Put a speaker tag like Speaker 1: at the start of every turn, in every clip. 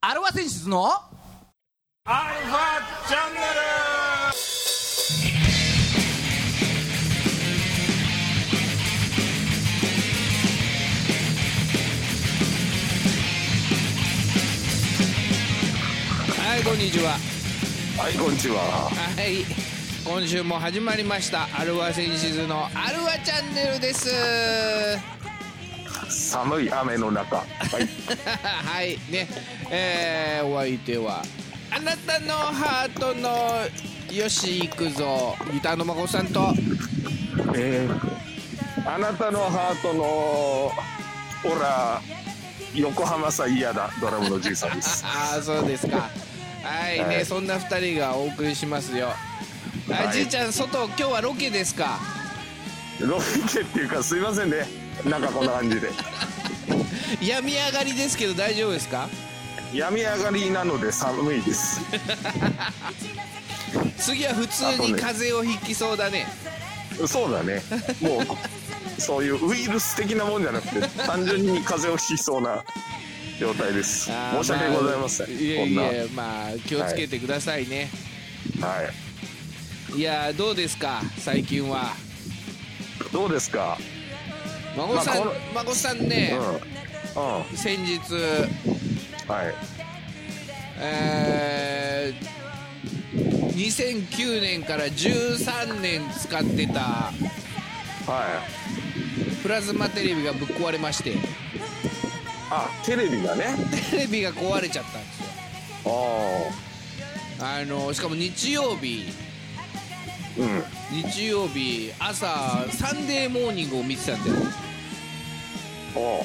Speaker 1: アルファ選出の
Speaker 2: アルファチャンネル
Speaker 3: はいこんにちは
Speaker 4: はいこんにちは
Speaker 3: はい今週も始まりましたアルワセンシズのアルワチャンネルです
Speaker 4: 寒い雨の 中はい
Speaker 3: はいねえー、お相手はあなたのハートのよしいくぞギターの孫さんと
Speaker 4: えー、あなたのハートのオラ横浜さ嫌だドラムのじいさんです
Speaker 3: ああそうですかはいね、
Speaker 4: はい
Speaker 3: そんな二人がお送りしますよあ、
Speaker 4: はい
Speaker 3: じいちゃん外今日はロケですか
Speaker 4: ロケっていうかすいませんねなんかこんな感じで
Speaker 3: 病み上がりですけど大丈夫ですか
Speaker 4: 病み上がりなので寒いです
Speaker 3: 次は普通に風邪をひきそうだね
Speaker 4: そうだねもうそういうウイルス的なもんじゃなくて単純に風邪をひきそうな状態です
Speaker 3: あー
Speaker 4: 申し訳ございません、
Speaker 3: あいえい
Speaker 4: こんな
Speaker 3: えまあ気をつけてくださいね、
Speaker 4: はい
Speaker 3: い、やどうですか最近は
Speaker 4: どうですか
Speaker 3: 孫さん、
Speaker 4: まあこ
Speaker 3: 孫さんね
Speaker 4: うん、うん
Speaker 3: 先日
Speaker 4: はい
Speaker 3: えー2009年から13年使ってた
Speaker 4: はい
Speaker 3: プラズマテレビがぶっ壊れまして
Speaker 4: あテレビがね
Speaker 3: テレビが壊れちゃったんですよ
Speaker 4: ああ
Speaker 3: あのしかも日曜日
Speaker 4: うん
Speaker 3: 日曜日朝サンデーモーニングを見てたんだよ
Speaker 4: おう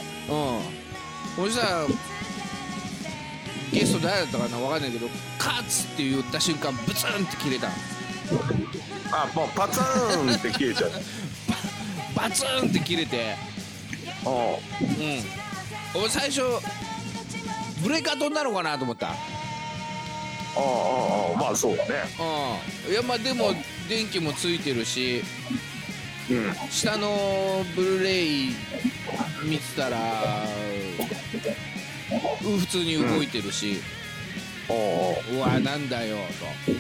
Speaker 3: うんそしたらゲスト誰だったかな分かんないけど「カッツ!」って言った瞬間ブツンって切れたの
Speaker 4: あもうパツーンって消え ちゃった
Speaker 3: バツンって切れて
Speaker 4: おう
Speaker 3: うん俺最初ブレーカー飛んだのかなと思った
Speaker 4: おうおうおうまあそうだね
Speaker 3: うんいやまあでも電気もついてるし
Speaker 4: うん
Speaker 3: 下のブルーレイ見てたらう普通に動いてるし、
Speaker 4: おうおう
Speaker 3: うわなんだよと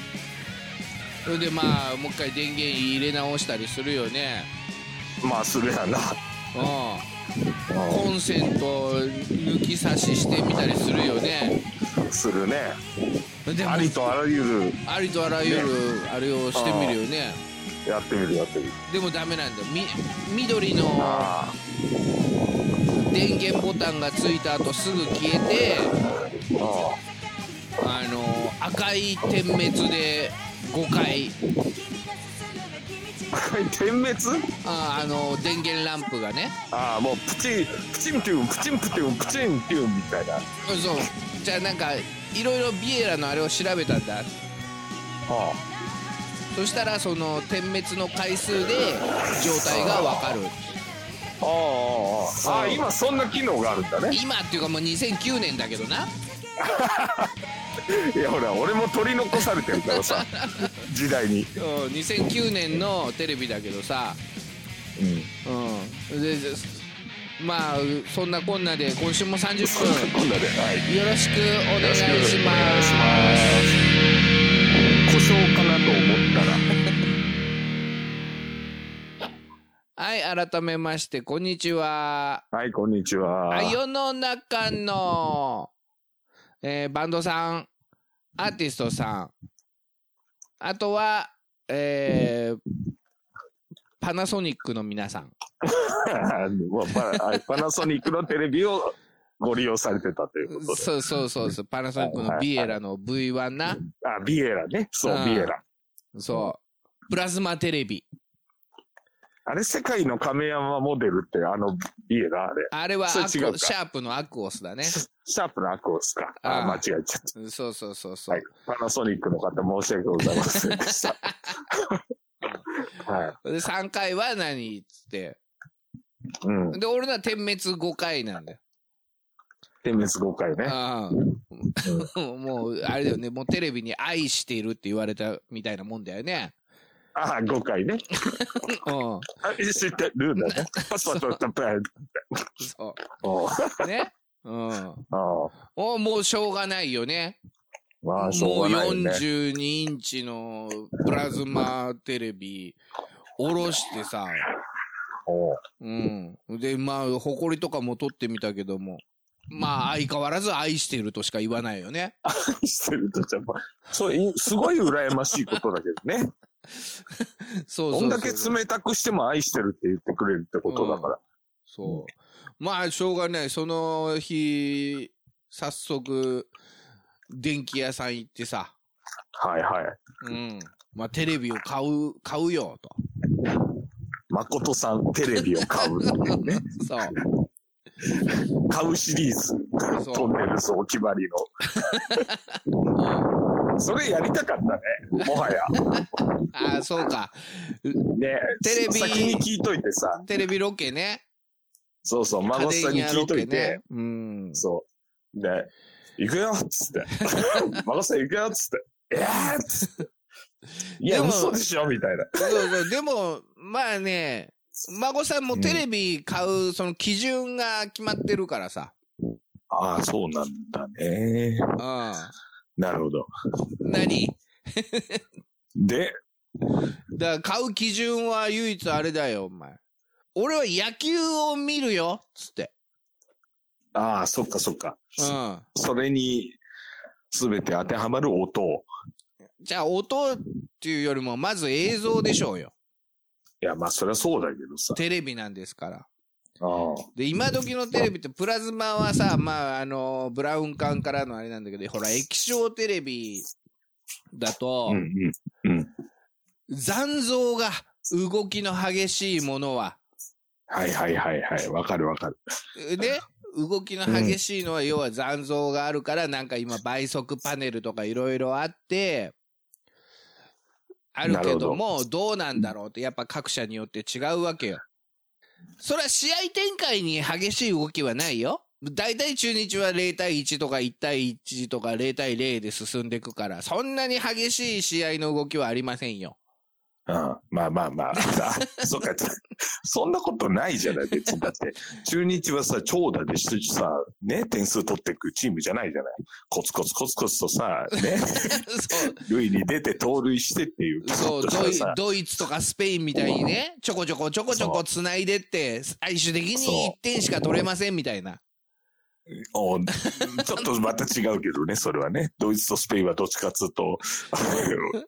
Speaker 3: それでまあもう一回電源入れ直したりするよね
Speaker 4: まあするやな
Speaker 3: うん
Speaker 4: お
Speaker 3: コンセント抜き差ししてみたりするよね
Speaker 4: うするね
Speaker 3: でも
Speaker 4: ありとあらゆ
Speaker 3: ありとあらゆるあれをしてみるよね
Speaker 4: るやってみるやってみる
Speaker 3: でもダメなんだよみ緑の
Speaker 4: あ
Speaker 3: 電源ボタンがついた後すぐ消えて
Speaker 4: あ おう
Speaker 3: あの赤い点滅で5回
Speaker 4: これ点滅
Speaker 3: ああの電源ランプがね
Speaker 4: ああもうプチンプチンピュンプチンプチュンプチンピュンみたいな
Speaker 3: そうじゃあなんかいろいろビエラのあれを調べたんだ
Speaker 4: おう
Speaker 3: そしたらその点滅の回数で状態が分かる
Speaker 4: おうおうおうああ今そんな機能があるんだね
Speaker 3: 今っていうかもう2009年だけどない
Speaker 4: やほら俺も取り残されてるから さ時代に
Speaker 3: うん2009年のテレビだけどさ
Speaker 4: うん
Speaker 3: うんででまあそんなこんなで今週も30分
Speaker 4: こんなではい
Speaker 3: よろしくお
Speaker 4: よ
Speaker 3: 願
Speaker 4: ろ
Speaker 3: い
Speaker 4: しくお願い
Speaker 3: し
Speaker 4: しま
Speaker 3: ます
Speaker 4: す。故障かなと思ったら。
Speaker 3: はい改めましてこんにちは
Speaker 4: はい、こんにちは。
Speaker 3: あ 世の中の、えーバンドさん、アーティストさん、あとは、えーパナソニックの皆さん。
Speaker 4: もうパはいパナソニックのテレビをご利用されてたということで。
Speaker 3: そうそうそうそう、パナソニックのビエラの V1 な。
Speaker 4: あ、ビエラね。そう
Speaker 3: うん、
Speaker 4: ビエラ。
Speaker 3: そう。プラズマテレビ。
Speaker 4: あれ、世界の亀山モデルって、あの、ビエラ、あれ。
Speaker 3: あれはアク
Speaker 4: それ違うか
Speaker 3: シャープのアクオスだね。
Speaker 4: シシャープのアクオスか。
Speaker 3: あ
Speaker 4: あ
Speaker 3: ー
Speaker 4: 間違えちゃった。
Speaker 3: そうそうそうそう。
Speaker 4: はい。パナソニックの方、申し訳ございませんでした。はい。
Speaker 3: で、3回は何っつって。
Speaker 4: うん。
Speaker 3: で、俺ら点滅5回なんだよ。
Speaker 4: 点滅5回ね。
Speaker 3: ああ、もう、あれだよね、もうテレビに愛しているって言われたみたいなもんだよね。
Speaker 4: ああ、5回ね。
Speaker 3: うん、そ
Speaker 4: あ知ってるんだね。パスパスパスパス。
Speaker 3: う。
Speaker 4: おう
Speaker 3: ね。うん。
Speaker 4: ああ。
Speaker 3: おもうしょうがないよね。
Speaker 4: まあ、しょ
Speaker 3: もう
Speaker 4: うがないよね。
Speaker 3: 42インチのプラズマテレビ、おろしてさ、
Speaker 4: おう
Speaker 3: うん。で、まあ、ほこりとかも取ってみたけども、まあ、相変わらず愛してるとしか言わないよね。
Speaker 4: してると、やっぱ、そう、いすごい羨ましいことだけどね。
Speaker 3: そうそう
Speaker 4: ど
Speaker 3: そ
Speaker 4: ん
Speaker 3: う。
Speaker 4: だけ冷たくしても愛してるって言ってくれるってことだから。
Speaker 3: そう。まあ、しょうがない。その日、早速、電気屋さん行ってさ、
Speaker 4: はいは
Speaker 3: う
Speaker 4: い。
Speaker 3: ん。まあ、テレビを買う、買うよ、と。
Speaker 4: 誠さん、テレビを買うってい うね。
Speaker 3: そう。
Speaker 4: 買うシリーズ。
Speaker 3: そう
Speaker 4: トンネルズお決まりの。それやりたかったね。もはや。
Speaker 3: ああ、そうか。
Speaker 4: ね
Speaker 3: テレビ
Speaker 4: 先に聞いといてさ。
Speaker 3: テレビロケね。
Speaker 4: そうそう、
Speaker 3: 家
Speaker 4: 孫さん
Speaker 3: 電
Speaker 4: に
Speaker 3: 屋
Speaker 4: 聞
Speaker 3: ロ
Speaker 4: いと
Speaker 3: ケ
Speaker 4: いて。
Speaker 3: ね。うん。
Speaker 4: そう。で、行くよっつって。 孫さん行くよっつって。えーっつって。いや、
Speaker 3: でも
Speaker 4: 嘘でしょみたいな。
Speaker 3: そうそう。でも、まあね、孫さんもテレビ買う、その基準が決まってるからさ。
Speaker 4: ああ、そうなんだね。
Speaker 3: うん。
Speaker 4: なるほど。
Speaker 3: 何
Speaker 4: で、
Speaker 3: だから買う基準は唯一あれだよ、お前。俺は野球を見るよ、つって。
Speaker 4: ああ、そっかそっか。
Speaker 3: うん。
Speaker 4: それに、すべて当てはまる音を。
Speaker 3: じゃあ、音っていうよりも、まず映像でしょうよ。
Speaker 4: いや、まあ、そりゃそうだけどさ。
Speaker 3: テレビなんですから。
Speaker 4: ああ。
Speaker 3: で、今時のテレビってプラズマはさ、まあ、あの、ブラウン管からのあれなんだけど、ほら、液晶テレビだと
Speaker 4: うん、うん。
Speaker 3: 残像が動きの激しいものは、
Speaker 4: はいはいはいはい。わかるわかる。
Speaker 3: ね、動きの激しいのは、要は残像があるから、なんか今倍速パネルとかいろいろあって、あるけども、どうなんだろうって、やっぱ各社によって違うわけよ。それは試合展開に激しい動きはないよ。大体中日は0対1とか1対1とか0対0で進んでいくから、そんなに激しい試合の動きはありませんよ。
Speaker 4: うん。まあまあまあ。あそっか。そんなことないじゃない、別に。だって、中日はさ、長打でしてさ、ね、点数取っていくチームじゃないじゃない。コツコツコツコツとさ、 ね、
Speaker 3: そう。
Speaker 4: 塁に出て盗塁してっていう。
Speaker 3: そう
Speaker 4: きちっ
Speaker 3: ド
Speaker 4: と
Speaker 3: イ
Speaker 4: したさ、
Speaker 3: ドイツとかスペインみたいにね、ちょこちょこちょこちょこ繋いでって、最終的に1点しか取れませんみたいな。
Speaker 4: おちょっとまた違うけどね、それはね。ドイツとスペインはどっちかっつうと、 あの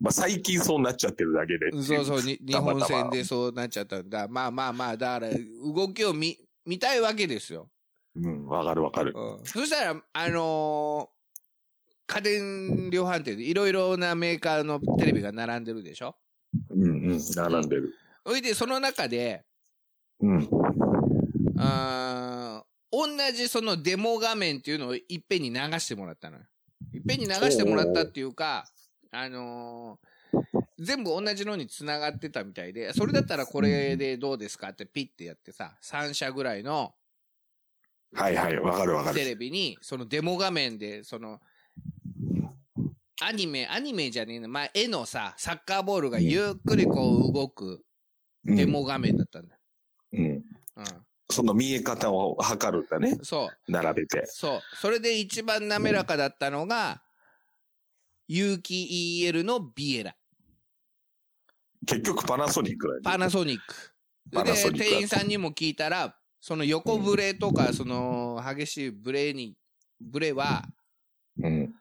Speaker 4: まあ最近そうなっちゃってるだけで。
Speaker 3: そうそう、に日
Speaker 4: たまた
Speaker 3: 本
Speaker 4: ま
Speaker 3: 戦でそうなっちゃったんだ。まあまあまあ、だから、動きを見、見たいわけですよ。
Speaker 4: うん、わかるわかる。
Speaker 3: うん、そしたら、あのー家電量販店でいろいろなメーカーのテレビが並んでるでしょ
Speaker 4: うんうん、並んでる。
Speaker 3: それで、その中で、
Speaker 4: うん。
Speaker 3: あー同じそのデモ画面っていうのをいっぺんに流してもらったのよ。いっぺんに流してもらったっていうか、あのー全部同じのに繋がってたみたいで、それだったらこれでどうですかってピッてやってさ、3社ぐらいの
Speaker 4: はいはい、わかるわか
Speaker 3: テ
Speaker 4: る。
Speaker 3: レビに、そのデモ画面で、その、アニメ、アニメじゃねえな、まあ、絵のさ、サッカーボールがゆっくりこう動く
Speaker 4: うん
Speaker 3: デモ画面だったんだ。
Speaker 4: うん。
Speaker 3: う
Speaker 4: その見え方を測るんだね。
Speaker 3: ん。そう。
Speaker 4: 並べて。
Speaker 3: そう。それで一番滑らかだったのが、有機 EL のビエラ。
Speaker 4: 結局パナソニックだよね。
Speaker 3: パナソニック。
Speaker 4: パナソニック
Speaker 3: で、店員さんにも聞いたら、その横ブレとか、その激しいブレに、ブレは、
Speaker 4: うん。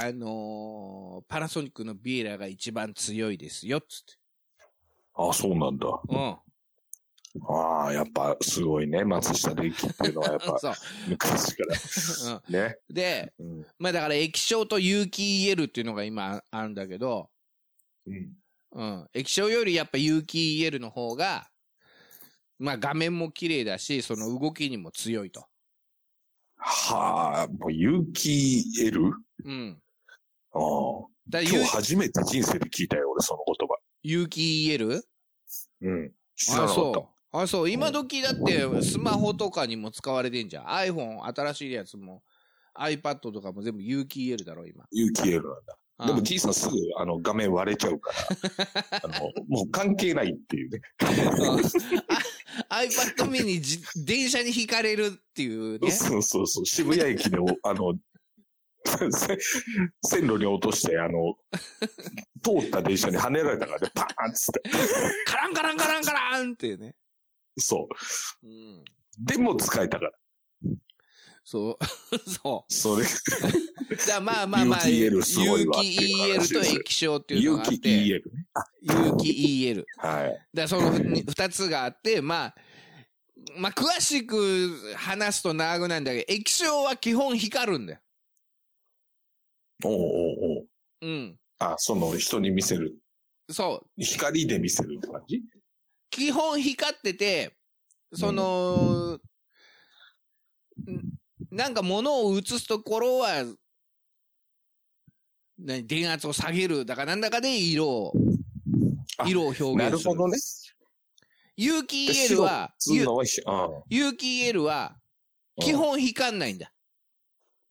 Speaker 3: あのーパナソニックのビエラが一番強いですよ、つって。
Speaker 4: あ、そうなんだ。
Speaker 3: うん。
Speaker 4: ああ、やっぱすごいね。松下電器っていうのはやっぱ
Speaker 3: そう。
Speaker 4: 昔から。
Speaker 3: う
Speaker 4: ね。
Speaker 3: ん、で、
Speaker 4: うん。
Speaker 3: まあだから液晶と有機 EL っていうのが今あるんだけど、うん。液晶よりやっぱ有機 EL の方が、まあ画面も綺麗だし、その動きにも強いと。
Speaker 4: はあ、もう有機 L?
Speaker 3: うん。
Speaker 4: ああ。
Speaker 3: だから
Speaker 4: 今
Speaker 3: 有
Speaker 4: 日初めて人生で聞いたよ、俺、その言葉。
Speaker 3: 有機 EL?
Speaker 4: うん。知らな
Speaker 3: あ、
Speaker 4: かった。
Speaker 3: そう。あ、そう。今時だってスマホとかにも使われてんじゃん。iPhone 新しいやつも iPad とかも全部有機 EL だろ、今。
Speaker 4: 有機 L なんだ。
Speaker 3: うん
Speaker 4: でも、じいさんすぐ、あの、画面 割れちゃうから。あの、もう関係ないっていうね。
Speaker 3: うんあ iPad mini じ、電車に引かれるっていうね。
Speaker 4: そうそうそう。渋谷駅でお、あの、せ線路に落として、あの、通った電車に跳ねられたからね、パーンっつって。
Speaker 3: カランカランカランカランっていうね。
Speaker 4: そう。
Speaker 3: うん。
Speaker 4: でも使えたから。
Speaker 3: そう。 そ
Speaker 4: それ、
Speaker 3: う。だからまあまあまあ、
Speaker 4: 有機 EL すごいわ
Speaker 3: 有機 EL と液晶っていうの
Speaker 4: 有
Speaker 3: があっ
Speaker 4: 機
Speaker 3: て、有
Speaker 4: EL ね。
Speaker 3: 機 EL。
Speaker 4: はい。
Speaker 3: だからそのふに二つがあって、まあ、まあ、詳しく話すと長くなんだけど、液晶は基本光るんだよ。
Speaker 4: おうおうおう
Speaker 3: うん。
Speaker 4: あ、その人に見せる。
Speaker 3: そう。
Speaker 4: 光で見せるって感じ
Speaker 3: 基本光ってて、その、んなんか物を映すところは、何電圧を下げる。だからなんだかで色を
Speaker 4: あ、
Speaker 3: 色を表現する。
Speaker 4: なるほどね。
Speaker 3: 有機 EL は、
Speaker 4: 白っつうのはひ、あ
Speaker 3: 有有機 EL は、基。本光んないんだ。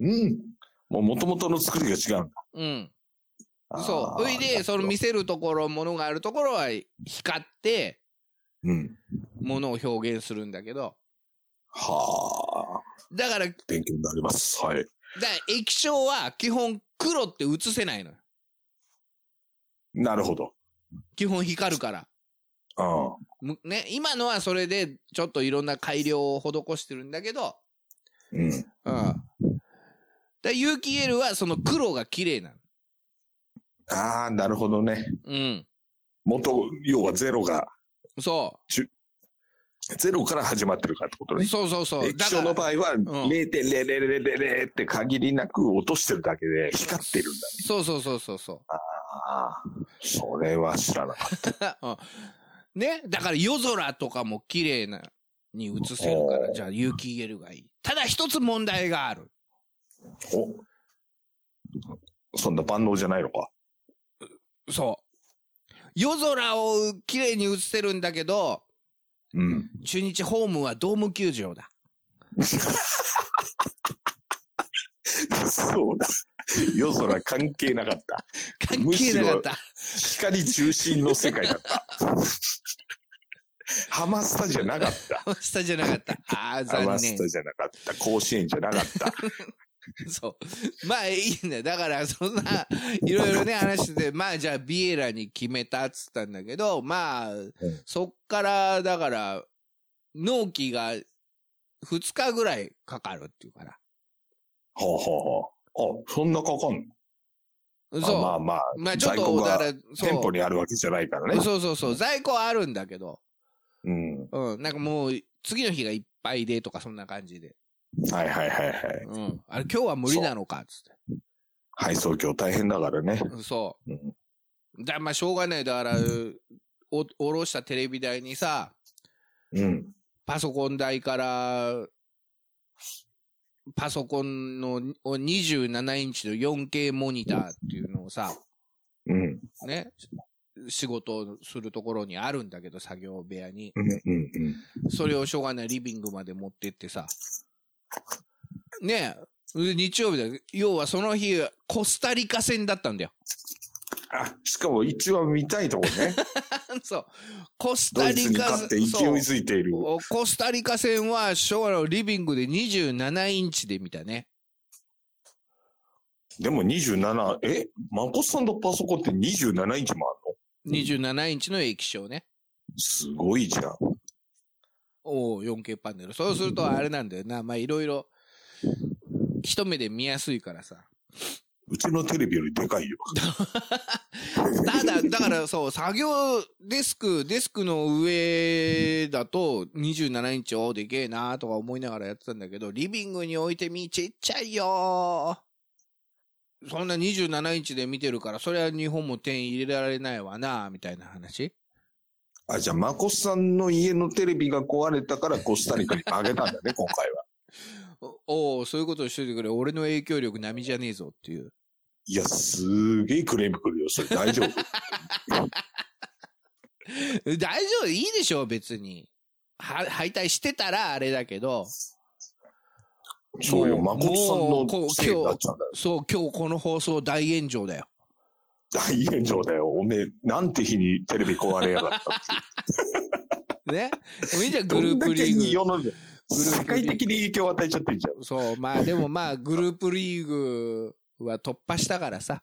Speaker 4: うん。もう元々の作りが違うんだ。
Speaker 3: うん。
Speaker 4: あー
Speaker 3: そう。それで、その見せるところ、ものがあるところは光って、
Speaker 4: うん。
Speaker 3: ものを表現するんだけど、
Speaker 4: はあ、
Speaker 3: だから、だか
Speaker 4: 勉強になります。はい。
Speaker 3: ら液晶は基本黒って映せないのよ。
Speaker 4: なるほど。
Speaker 3: 基本光るから。
Speaker 4: あ
Speaker 3: むね、今のはそれで、ちょっといろんな改良を施してるんだけど、
Speaker 4: うん。
Speaker 3: うん。だから有機 EL はその黒が綺麗なの。
Speaker 4: ああ、なるほどね。
Speaker 3: うん。
Speaker 4: 元、要はゼロが、
Speaker 3: そ
Speaker 4: ゼロから始まってるからってこと
Speaker 3: う。
Speaker 4: ね。
Speaker 3: そうそうそう。
Speaker 4: 液晶の場合は0.0000って限りなく落としてるだけで光ってるんだ。
Speaker 3: そうそうそうそうそう。
Speaker 4: ああ、それは知らなかっ
Speaker 3: うんね、だから夜空とかも綺麗なに映せるか
Speaker 4: お
Speaker 3: ら、
Speaker 4: ー
Speaker 3: じゃあ有機 EL がいい。ただ一つ問題がある。
Speaker 4: た。おそんな万能じゃないのか。
Speaker 3: そう。夜空を綺麗に映せるんだけど、
Speaker 4: うん。
Speaker 3: 中日ホームはドーム球場だ。
Speaker 4: そうだ。夜空関係なかった。
Speaker 3: 関係なかった。
Speaker 4: 光中心の世界だった。ハマスタじゃなかった。
Speaker 3: 下じゃなかった。ああ、
Speaker 4: ハ
Speaker 3: 残
Speaker 4: マス
Speaker 3: 念
Speaker 4: タ。じゃなかった。甲子園じゃなかった。
Speaker 3: そう。まあいいんだよ。だから、そん な、いろいろね、話してて、まあじゃあビエラに決めたっつったんだけど、まあ、そっから、だから、納期が2日ぐらいかかるっていうから。
Speaker 4: ほうほうほう。あ、そんなかかんの
Speaker 3: そう。
Speaker 4: あま
Speaker 3: ま
Speaker 4: あ
Speaker 3: あ、
Speaker 4: まあ、
Speaker 3: ちょっ
Speaker 4: 在庫
Speaker 3: と、
Speaker 4: が
Speaker 3: だから、
Speaker 4: 店
Speaker 3: そ
Speaker 4: 舗
Speaker 3: う。
Speaker 4: にあるわけじゃないからね。
Speaker 3: そうそうそう。在庫はあるんだけど、
Speaker 4: うん。
Speaker 3: うん。なんかもう、次の日がいっぱいでとか、そんな感じで。
Speaker 4: はいはいはいはい。
Speaker 3: うん。あれ、今日は無理なのかっつって。
Speaker 4: 配送業大変だからね。
Speaker 3: うんそうう。だ、まあ、しょうがない。だから、お、おろしたテレビ台にさ、
Speaker 4: ん。うん。
Speaker 3: パソコン台から、パソコンのを27インチの 4K モニターっていうのをさ、
Speaker 4: うん。
Speaker 3: ね、仕事をするところにあるんだけど、作業部屋に。
Speaker 4: うん。うん。
Speaker 3: それをしょうがないリビングまで持ってってさ。ねえ、で日曜日だよ。要はその日、コスタリカ戦だったんだよ。
Speaker 4: あ、しかも一番見たいとこ ね。
Speaker 3: そう。コス
Speaker 4: ド
Speaker 3: タ
Speaker 4: イツ
Speaker 3: リ
Speaker 4: に
Speaker 3: カ
Speaker 4: 勝って勢い
Speaker 3: そう
Speaker 4: づいている。
Speaker 3: コスタリカ戦は、昭和のリビングで27インチで見たね。
Speaker 4: でも27、えマコさんのパソコンって27インチもあるの
Speaker 3: 27インチの液晶ね。
Speaker 4: すごいじゃん。
Speaker 3: おお、4K パネル。そうすると、あれなんだよな。まあ、いろいろ、一目で見やすいからさ。
Speaker 4: うちのテレビよりでかいよ。
Speaker 3: ただ、だからそう、作業デスク、デスクの上だと27インチ、おーでけえなーとか思いながらやってたんだけど、リビングに置いてみ、ちっちゃいよーそんな27インチで見てるから、そりゃ日本も点入れられないわなーみたいな話。
Speaker 4: あ、じゃあ、マコさんの家のテレビが壊れたからコスタリカにあげたんだね、今回は。
Speaker 3: おおーそういうことしといてくれ。俺の影響力並みじゃねえぞっていう。
Speaker 4: いや、すーげえクレーム来るよ。それ大丈夫。
Speaker 3: 大丈夫、いいでしょ、別に。は、敗退してたらあれだけど。
Speaker 4: そうよ、
Speaker 3: も
Speaker 4: マ
Speaker 3: う
Speaker 4: コさ
Speaker 3: も
Speaker 4: ん
Speaker 3: うこう
Speaker 4: のせいになっちゃうんだよ
Speaker 3: そう、今日この放送大炎上だよ。
Speaker 4: 大炎上だよ。おめえ、なんて日にテレビ壊れやがったって。
Speaker 3: ね。もういいじゃん、
Speaker 4: ど
Speaker 3: グル
Speaker 4: ん
Speaker 3: ー
Speaker 4: だ
Speaker 3: プ
Speaker 4: け
Speaker 3: リーグ。
Speaker 4: 世の中
Speaker 3: グループリーグ
Speaker 4: 世界的に影響を与えちゃってるじゃん。
Speaker 3: そう、まあでもまあ、グループリーグは突破したからさ。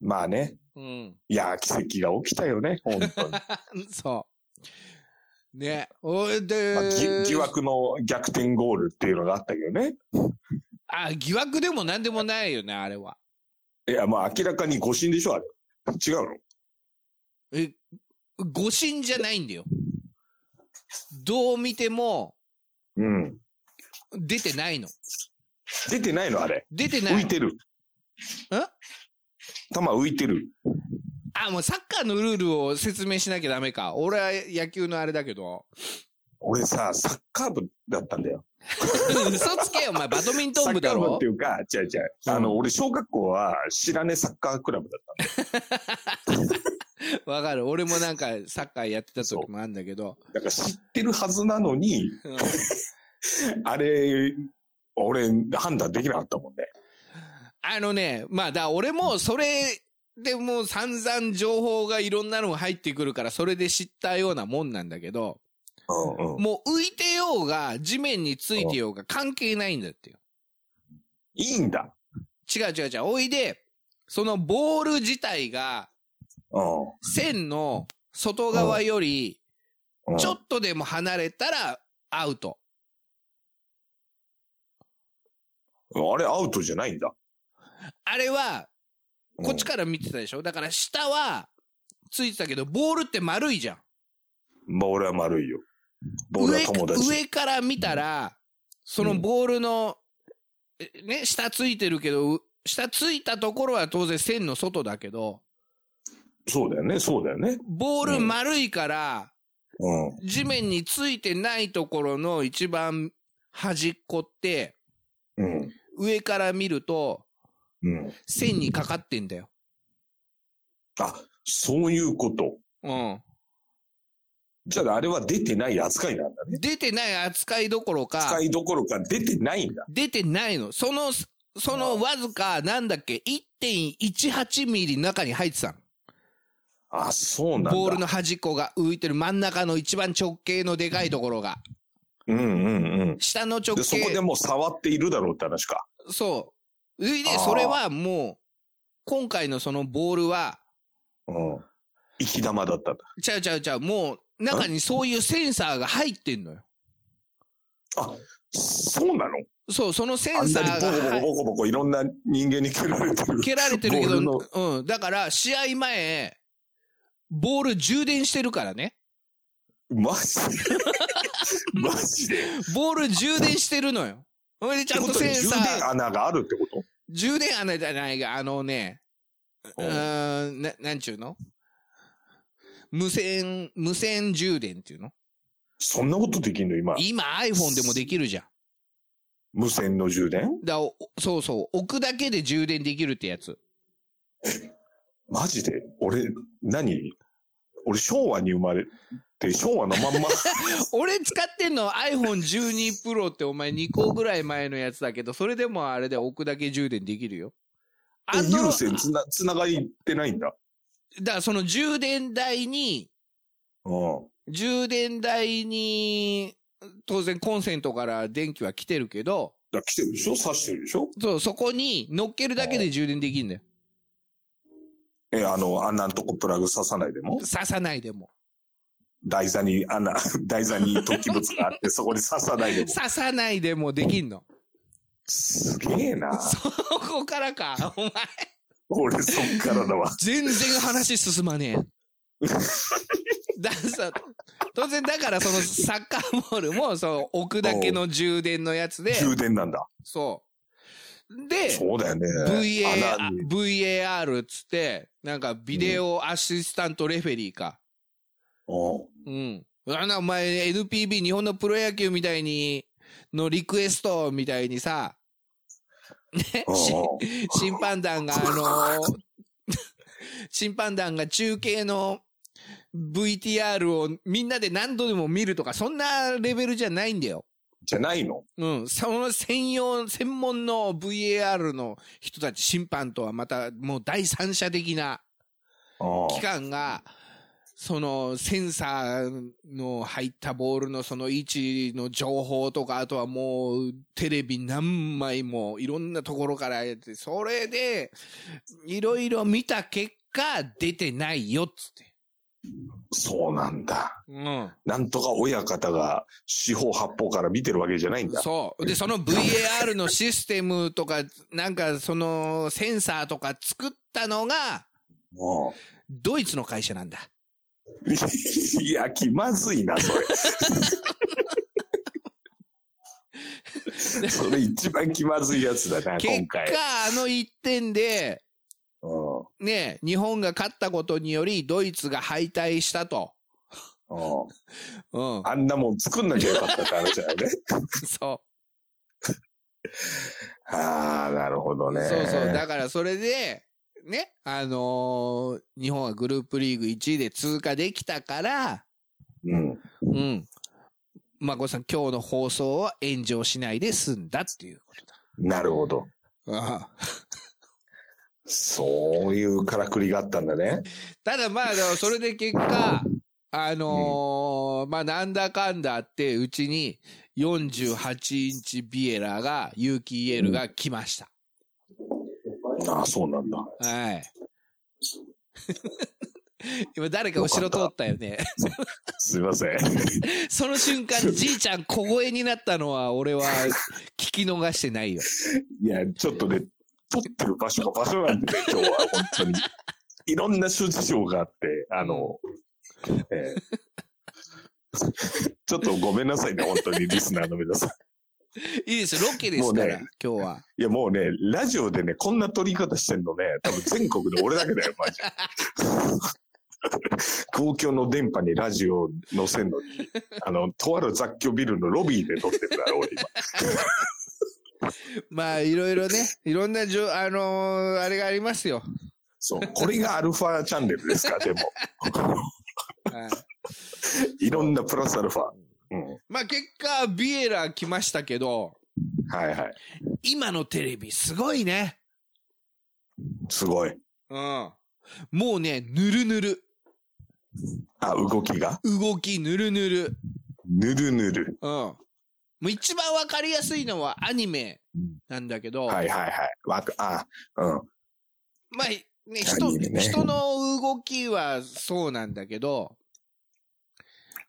Speaker 4: まあね。
Speaker 3: うん。
Speaker 4: いやー、奇跡が起きたよね、本 当に。ま
Speaker 3: そう。ね。おいで、
Speaker 4: あ、疑疑惑の逆転ゴールっていうのがあったけどね。
Speaker 3: あ、疑惑でも何でもないよね、あれは。
Speaker 4: いや、まあ明らかに誤審でしょ、あれ。違うの
Speaker 3: え、誤審じゃないんだよ。どう見ても
Speaker 4: うん。
Speaker 3: 出てないの。
Speaker 4: 出てないの、あれ。
Speaker 3: 出てな
Speaker 4: 浮い
Speaker 3: い。
Speaker 4: てる。球浮いてる。
Speaker 3: あ、もうサッカーのルールを説明しなきゃダメか。俺は野球のあれだけど。
Speaker 4: 俺さ、サッカー部だったんだよ。
Speaker 3: 嘘つけよ、お前。バドミントン部だ
Speaker 4: サッカー部
Speaker 3: ろ
Speaker 4: っていうか、違う違う。あの、俺、小学校は知らねえサッカークラブだった。
Speaker 3: わかる。俺もなんかサッカーやってた時もあるんだけど。
Speaker 4: だから知ってるはずなのに、
Speaker 3: うん
Speaker 4: あれ、俺、判断できなかったもんね。
Speaker 3: あのね、まあ、だから俺もそれでもう散々情報がいろんなのが入ってくるから、それで知ったようなもんなんだけど、
Speaker 4: うんうん。
Speaker 3: もう浮いてようが、地面についてようが関係ないんだってよ。
Speaker 4: いいんだ。
Speaker 3: 違う違う違う。おいで、そのボール自体が、
Speaker 4: うん。
Speaker 3: 線の外側より、
Speaker 4: うん
Speaker 3: ちょっとでも離れたらアウト。
Speaker 4: あれ、アウトじゃないんだ。
Speaker 3: あれは、こっちから見てたでしょだから下は、ついてたけど、ボールって丸いじゃん。
Speaker 4: うん。ボールは丸いよ。ボールは
Speaker 3: 上
Speaker 4: 友達。
Speaker 3: 上から見たら、そのボールの、えね、下ついてるけど、う下ついたところは当然線の外だけど、
Speaker 4: そうだよね、そうだよね。
Speaker 3: ボール丸いから、
Speaker 4: うん。
Speaker 3: 地面についてないところの一番端っこって、
Speaker 4: うん。
Speaker 3: 上から見ると、
Speaker 4: うん。
Speaker 3: 線にかかってんだよ。
Speaker 4: あ、そういうこと。
Speaker 3: うん。
Speaker 4: じゃあ、あれは出てない扱いなんだね。
Speaker 3: 出てない扱いどころか
Speaker 4: 扱、いどころか出てないんだ。
Speaker 3: 出てないの。その、そのわずか、なんだっけ、1.18ミリ中に入ってたの。
Speaker 4: あ、そうなんだ。
Speaker 3: ボールの端っこが浮いてる真ん中の一番直径のでかいところが。
Speaker 4: うんうんうん。
Speaker 3: 下の直
Speaker 4: で、そこで
Speaker 3: 径。
Speaker 4: もう触っているだろうって話か。
Speaker 3: そう。それで
Speaker 4: あ、ー
Speaker 3: それはもう、今回のそのボールは、
Speaker 4: うん。生き玉だったんだ。
Speaker 3: ちゃうちゃうちゃう、もう、中にそういうセンサーが入ってんのよ。
Speaker 4: あ、そうなの
Speaker 3: そう、そのセ
Speaker 4: あ
Speaker 3: ン
Speaker 4: ん
Speaker 3: サ
Speaker 4: なに
Speaker 3: ーが
Speaker 4: ボコボコボコボコいろんな人間に蹴られてる。
Speaker 3: 蹴られてるけど、
Speaker 4: ボール
Speaker 3: うん。だから、試合前、ボール充電してるからね。
Speaker 4: マジ でマジで
Speaker 3: ボール充電してるのよ。それでちゃんとセンサ
Speaker 4: ってことは充電
Speaker 3: ー、
Speaker 4: 穴があるってこと
Speaker 3: 充電穴じゃないが、あのね、うーん、な、なんちゅうの無線、無線充電っていうの
Speaker 4: そんなことできんの今。
Speaker 3: 今 iPhone でもできるじゃん。
Speaker 4: 無線の充電
Speaker 3: だおそうそう、置くだけで充電できるってやつ。
Speaker 4: マジで俺、何俺昭和に生まれて、昭和のまんま。
Speaker 3: 俺使ってんの iPhone12 Pro ってお前2個ぐらい前のやつだけど、それでもあれで置くだけ充電できるよ。
Speaker 4: え
Speaker 3: あと、
Speaker 4: 有線つな、つながってないんだ。
Speaker 3: だからその充電台に、
Speaker 4: うん。
Speaker 3: 充電台に、当然コンセントから電気は来てるけど、
Speaker 4: だから来てるでしょ刺してるでしょ
Speaker 3: そう、そこに乗っけるだけで充電できるんだよ。
Speaker 4: え、あの、穴のとこプラグ刺さないでも
Speaker 3: 刺さないでも。
Speaker 4: 台座に穴、 台座に突起物があ って、そこに刺さないでも。
Speaker 3: 刺さないでもできんの。
Speaker 4: すげえな。
Speaker 3: そこからか。お前、
Speaker 4: 俺そっからだわ。
Speaker 3: 全然話進まねえ。 ださ当然だからそのサッカーボールもそう置くだけの充電のやつで、
Speaker 4: 充電なんだ。
Speaker 3: そう。で、
Speaker 4: そうだよね。
Speaker 3: VAR
Speaker 4: 穴に
Speaker 3: VAR っつって、なんかビデオアシスタントレフェリーか。
Speaker 4: うん
Speaker 3: うん。あんなお前 NPB 日本のプロ野球みたいに、のリクエストみたいにさ、ね、し
Speaker 4: う
Speaker 3: 審判団があの ー審判団が中継の VTR をみんなで何度でも見るとか、そんなレベルじゃないんだよ。
Speaker 4: んじゃないの
Speaker 3: うん。その専用、専門の VAR の人たち、審判とはまたもう第三者的な
Speaker 4: うん
Speaker 3: 機関が、そのセンサーの入ったボールのその位置の情報とか、あとはもうテレビ何枚もいろんなところからやって、それでいろいろ見た結果出てないよっつって。
Speaker 4: そうなんだ。
Speaker 3: うん。
Speaker 4: なんとか親方が四方八方から見てるわけじゃないんだ。
Speaker 3: そう。で、その VAR のシステムとか、なんかそのセンサーとか作ったのが
Speaker 4: も
Speaker 3: ドイツの会社なんだ。
Speaker 4: う いや、気まずいな、そ れ。それ一番気まずいやつだな、
Speaker 3: 結
Speaker 4: 今
Speaker 3: 果
Speaker 4: 回。、
Speaker 3: あの1点で、
Speaker 4: うん
Speaker 3: ね、日本が勝ったことにより、ドイツが敗退したと。
Speaker 4: うん
Speaker 3: うん。
Speaker 4: あんなもん作んなきゃよかったって話だよ ね。
Speaker 3: そ
Speaker 4: ああ、なるほど
Speaker 3: う。
Speaker 4: ね。
Speaker 3: そうそう。だからそれで、ね、あのー日本はグループリーグ1位で通過できたから、
Speaker 4: うん。
Speaker 3: うん。まこさん、今日の放送は炎上しないで済んだっていうことだ。
Speaker 4: なるほど。
Speaker 3: ああ
Speaker 4: そういうからくりがあったんだね。
Speaker 3: ただまあ、でもそれで結 果、あのーまあなんだかんだあって、うちに48インチビエラが、有機イエルが来ました。
Speaker 4: ああ、そうなんだ。
Speaker 3: はい。 今誰か後ろ通ったよね。
Speaker 4: すい ません。
Speaker 3: その瞬間、じいちゃん小声になったのは、俺は聞き逃してないよ。
Speaker 4: いや、ちょっとね、撮ってる場所が場所なんでね、今日は本当に。いろんな諸事情があって、あの、えー ちょっとごめんなさいね、本当にリスナーの皆さん。
Speaker 3: いいですよ、ロケですから、
Speaker 4: もうね
Speaker 3: 今日は。
Speaker 4: いや、もうね、ラジオでね、こんな撮り方してんのね、多分全 国で俺だけだよ、マジで。 公共の電波にラジオ載せんのに、あの、とある雑居ビルのロビーで撮ってるから、俺今。
Speaker 3: まあ、いろいろね、いろんなじゅ、あのーあれがありますよ。
Speaker 4: そう、これがアルファチャンネルですか、でも。
Speaker 3: はい
Speaker 4: いろんなプラスアルファ。うん。
Speaker 3: まあ、結果、ビエラ来ましたけど、
Speaker 4: はいはい。
Speaker 3: 今のテレビ、すごいね。
Speaker 4: すごい。
Speaker 3: うん。もうね、ぬるぬる。
Speaker 4: あ、動きが
Speaker 3: 動き、ぬるぬる。
Speaker 4: ぬるぬる。
Speaker 3: うん。もう一番わかりやすいのはアニメなんだけど、
Speaker 4: はいはいはい。わか、あ、うん。
Speaker 3: まあ、ね、
Speaker 4: ア
Speaker 3: 人、
Speaker 4: ニメね
Speaker 3: 人の動きはそうなんだけど、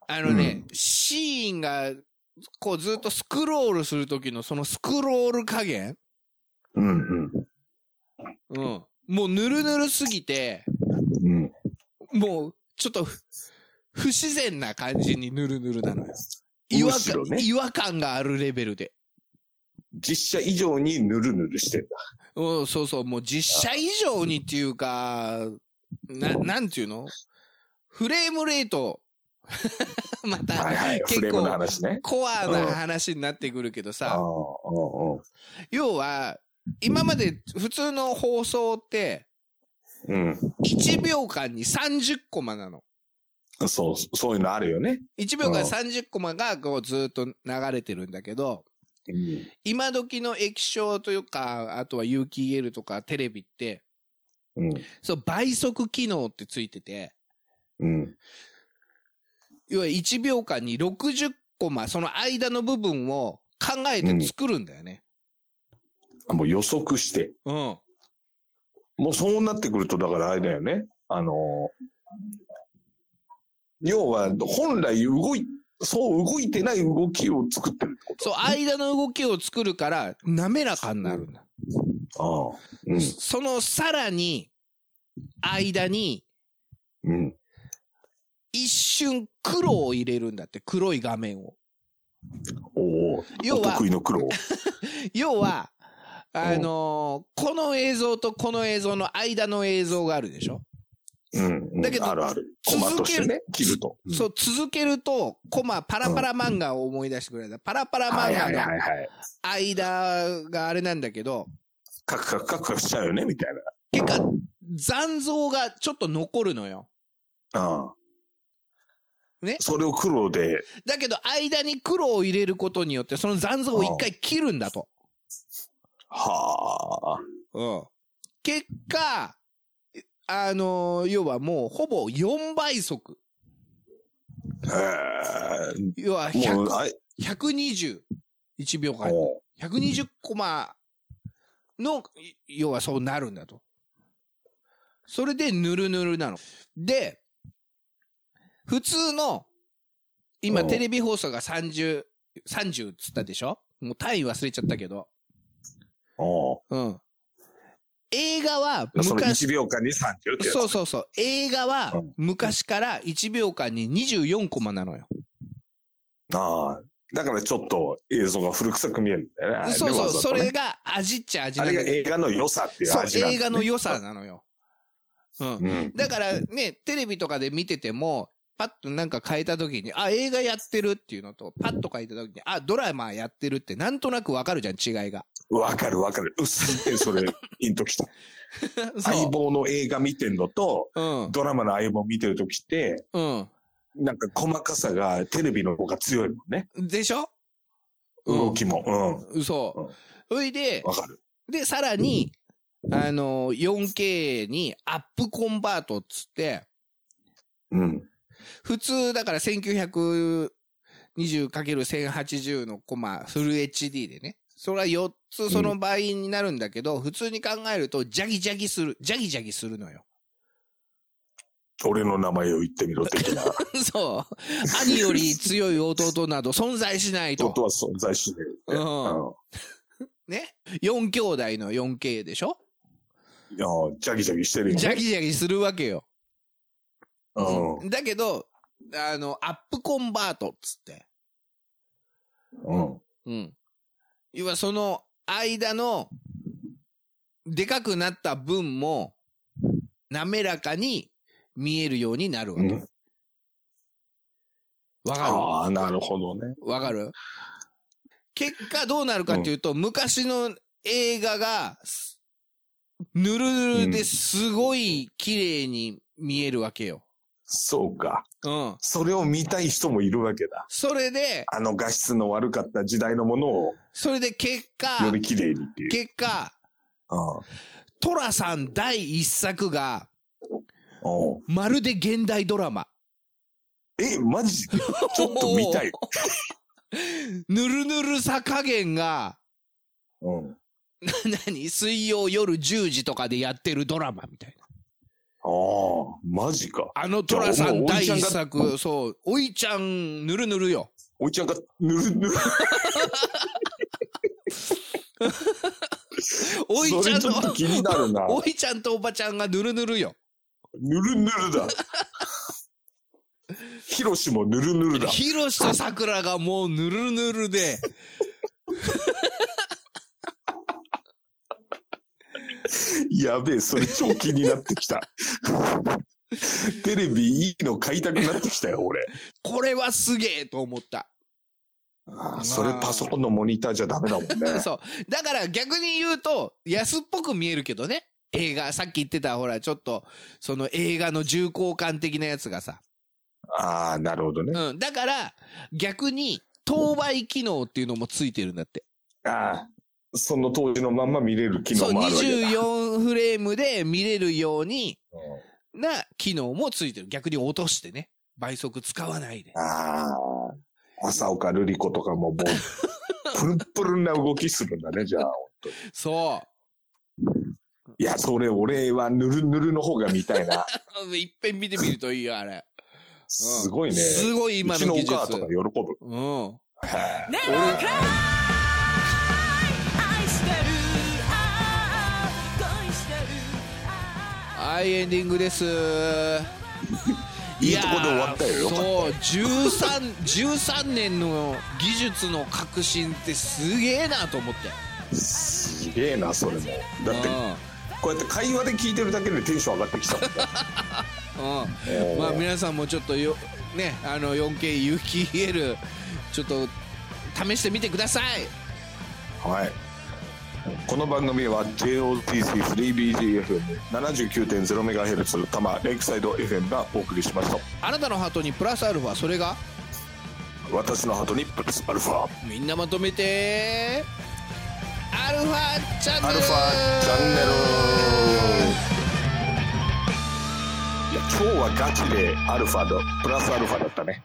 Speaker 3: あのね、シーンが、こうずっとスクロールするときのそのスクロール加減
Speaker 4: うん
Speaker 3: うん。もうぬるぬるすぎて、
Speaker 4: うん。うん。
Speaker 3: もうちょっとふ不自然な感じにぬるぬるなのよ。違和
Speaker 4: むし
Speaker 3: 感、
Speaker 4: ろね
Speaker 3: 違和感があるレベルで。
Speaker 4: 実写以上にぬるぬるしてんだ。
Speaker 3: うん、そうそう、もう実写以上にっていうか、な、なんていうのフレームレート。 また
Speaker 4: はいはい。、フ
Speaker 3: 結
Speaker 4: レームの
Speaker 3: 構、
Speaker 4: 話ね。
Speaker 3: コアな話になってくるけど
Speaker 4: ああ、
Speaker 3: さ、
Speaker 4: うん
Speaker 3: 要は、今まで普通の放送って、
Speaker 4: うん。うん。
Speaker 3: 1秒間に30コマなの。
Speaker 4: そう、そういうのあるよね。
Speaker 3: 1秒間30コマがこうずっと流れてるんだけど、
Speaker 4: うん。
Speaker 3: 今時の液晶というか、あとは有機 EL とかテレビって、
Speaker 4: うん。
Speaker 3: そう倍速機能ってついてて、
Speaker 4: うん。
Speaker 3: 要は1秒間に60コマ、その間の部分を考えて作るんだよね。
Speaker 4: もう予測して。
Speaker 3: うん。
Speaker 4: もうそうなってくると、だからあれだよね。あのー要は、本来動い、そう動いてない動きを作ってるってこ
Speaker 3: そう、間の動きを作るから、滑らかになるんだ。
Speaker 4: と。ああ。うん。
Speaker 3: そのさらに、間に、
Speaker 4: うん。
Speaker 3: 一瞬黒を入れるんだって、黒い画面を。
Speaker 4: おお。
Speaker 3: 要
Speaker 4: お
Speaker 3: は
Speaker 4: 得意の苦労。
Speaker 3: 要は、あのーこの映像とこの映像の間の映像があるでしょ、
Speaker 4: うん、うん。
Speaker 3: だけど
Speaker 4: あるある。コマとしてね、切ると。
Speaker 3: そう、続けると、コマ、パラパラ漫画を思い出してくれた。パラパラ
Speaker 4: うん。は
Speaker 3: 漫
Speaker 4: いは
Speaker 3: 画
Speaker 4: い
Speaker 3: の
Speaker 4: はいはい。
Speaker 3: 間があれなんだけど、
Speaker 4: カクカクカクカクしちゃうよね、みたい
Speaker 3: 結果、残像がちょっと残るのよ。
Speaker 4: な。うん。
Speaker 3: ね
Speaker 4: それを苦労で、
Speaker 3: だけど、間に黒を入れることによって、その残像を一回切るんだと。
Speaker 4: はあ。
Speaker 3: うん。結果、あのー要はもう、ほぼ4倍速。
Speaker 4: え
Speaker 3: 要は
Speaker 4: えもう、
Speaker 3: 100
Speaker 4: あい、
Speaker 3: 121秒間に。
Speaker 4: も
Speaker 3: 120コマの、い要はそうなるんだと。それでぬるぬるなの。で、普通の、今
Speaker 4: おう
Speaker 3: テレビ放送が30、30っつったでしょもう単位忘れちゃったけど。
Speaker 4: う、お
Speaker 3: うん。映画は
Speaker 4: うその
Speaker 3: 昔、
Speaker 4: 1秒間に30ってやつ。
Speaker 3: そうそうそう。映画は
Speaker 4: うん
Speaker 3: 昔から1秒間に24コマなのよ。
Speaker 4: ああ。だからちょっと映像が古臭く見えるんだよねあれね。
Speaker 3: そうそう。
Speaker 4: わざ
Speaker 3: そ
Speaker 4: とね
Speaker 3: れが味っちゃ味
Speaker 4: あ
Speaker 3: なん
Speaker 4: れ
Speaker 3: だ
Speaker 4: が
Speaker 3: け
Speaker 4: 映画の良さっていう
Speaker 3: ど。そ
Speaker 4: 味
Speaker 3: う、
Speaker 4: なんだ
Speaker 3: 映画の良さなのよ。うん。
Speaker 4: うん。
Speaker 3: だからね、テレビとかで見てても、パッとなんか変えた時に、あ、映画やってるっていうのと、パッと変えた時に、あ、ドラマやってるってなんとなくわかるじゃん、違い が。
Speaker 4: わかるわかる。うっすってそ れ、ピンときた。相
Speaker 3: そ
Speaker 4: 棒の映画見てんのと、
Speaker 3: う。うん。
Speaker 4: ドラマの相棒見てるときって、
Speaker 3: う
Speaker 4: なんか細かさがテレビの方が強いもんね。
Speaker 3: ん。でしょ
Speaker 4: 動きも。う
Speaker 3: うん。そう。それで
Speaker 4: ん。、わかる。
Speaker 3: で、さらに、あの、4K にアップコンバートっつって、
Speaker 4: うん。
Speaker 3: 普通だから 1920×1080 のコマ、フル HD でね。それは4つその倍になるんだけど、普通に考えると、ジャギジャギする、ジャギジャギするのよ。
Speaker 4: 俺の名前を言ってみろ的な。
Speaker 3: そう。兄より強い弟など存在しないと
Speaker 4: 弟。は存在しない。
Speaker 3: うん
Speaker 4: うん
Speaker 3: ね。4兄弟の 4K でしょ
Speaker 4: いやジャギジャギしてるよね。
Speaker 3: ジャギジャギするわけよ。
Speaker 4: うん。
Speaker 3: だけど、あの、アップコンバートっつって。
Speaker 4: うん。
Speaker 3: うん。要はその間の、でかくなった分も、滑らかに見えるようになるわけ。
Speaker 4: う
Speaker 3: わ、
Speaker 4: ん
Speaker 3: か
Speaker 4: ああ、なるほど
Speaker 3: る
Speaker 4: ね。
Speaker 3: わかる結果どうなるかっていうと、昔の映画が、すぬるぬるですごい綺麗に見えるわけよ。
Speaker 4: そうか。
Speaker 3: うん。
Speaker 4: それを見たい人もいるわけだ。
Speaker 3: それで、
Speaker 4: あの画質の悪かった時代のものを
Speaker 3: それで結
Speaker 4: よ
Speaker 3: 果、
Speaker 4: り綺麗にっていう。
Speaker 3: 結果、
Speaker 4: うん。
Speaker 3: トラさん第一作が、
Speaker 4: おう
Speaker 3: まるで現代ドラマ。
Speaker 4: え、マジでちょっと見たい。
Speaker 3: ぬるぬるさ加減が、
Speaker 4: うん。
Speaker 3: 何水曜夜10時とかでやってるドラマみたいな。
Speaker 4: ああ、マジか。
Speaker 3: あのトラさん
Speaker 4: じゃあ
Speaker 3: 第一
Speaker 4: おいちゃんが
Speaker 3: 作、そう、おいちゃん、ぬるぬるよ。
Speaker 4: おいちゃんがぬるぬる。
Speaker 3: おい
Speaker 4: そ
Speaker 3: ちゃ
Speaker 4: れ
Speaker 3: ん
Speaker 4: ちょっと
Speaker 3: と、
Speaker 4: 気になるな。
Speaker 3: おいちゃんとおばちゃんがぬるぬるよ。
Speaker 4: ぬるぬ るだ。ヒロシもぬるぬるだ。
Speaker 3: ひろしとさくらがもうぬるぬるで。
Speaker 4: やべえ、それ超気になっ てきた。テレビいいの買いたくなってきたよ、俺。
Speaker 3: これはすげえと思った。
Speaker 4: あーそれパソコンのモニターじゃダメだもんね。
Speaker 3: そう。だから逆に言うと、安っぽく見えるけどね。映画、さっき言ってたほら、ちょっと、その映画の重厚感的なやつがさ。
Speaker 4: ああ、なるほどね。
Speaker 3: うん。だから、逆に、当倍機能っていうのもついてるんだって。
Speaker 4: ああ、その当時のまんま見れる機
Speaker 3: そ
Speaker 4: 能
Speaker 3: う、
Speaker 4: もあるわけだ。
Speaker 3: 24フレームで見れるように、
Speaker 4: うん
Speaker 3: な機能もついてる。逆に落としてね。倍速使わないで。
Speaker 4: ああ、朝岡瑠璃子とかももう、 プルンプルンな動きするんだね、じゃあ。
Speaker 3: そ
Speaker 4: いや、それ俺はぬるぬるの方が見たいな。
Speaker 3: う。いっぺん見てみるといいよ、あれ。うん
Speaker 4: すごいね。
Speaker 3: すごい今
Speaker 4: うち
Speaker 3: の
Speaker 4: のお
Speaker 3: 技術。
Speaker 4: 母とか喜ぶ。
Speaker 3: うん。はい、エンディングです。
Speaker 4: いいとこで終わったよ。よかっ
Speaker 3: そう、13、13年の技術の革新ってすげえなと思って。
Speaker 4: たすげえな、それも。だって
Speaker 3: う、
Speaker 4: こうやって会話で聞いてるだけでテンション上がってきたもんね
Speaker 3: ん。うん。
Speaker 4: お
Speaker 3: ま
Speaker 4: ー
Speaker 3: あ皆さんもちょっとよ、ね、あの 4K 有機 EL ちょっと試してみてください
Speaker 4: はい。この番組は JOTC3BGFM79.0MHz 多摩レイクサイド FM がお送りしました。
Speaker 3: あなたのハートにプラスアルファそれが
Speaker 4: 私のハートにプラスアルファ。
Speaker 3: みんなまとめてアルファチャンネル
Speaker 4: アルファチャンネルいや今日はガチでアルファのプラスアルファだったね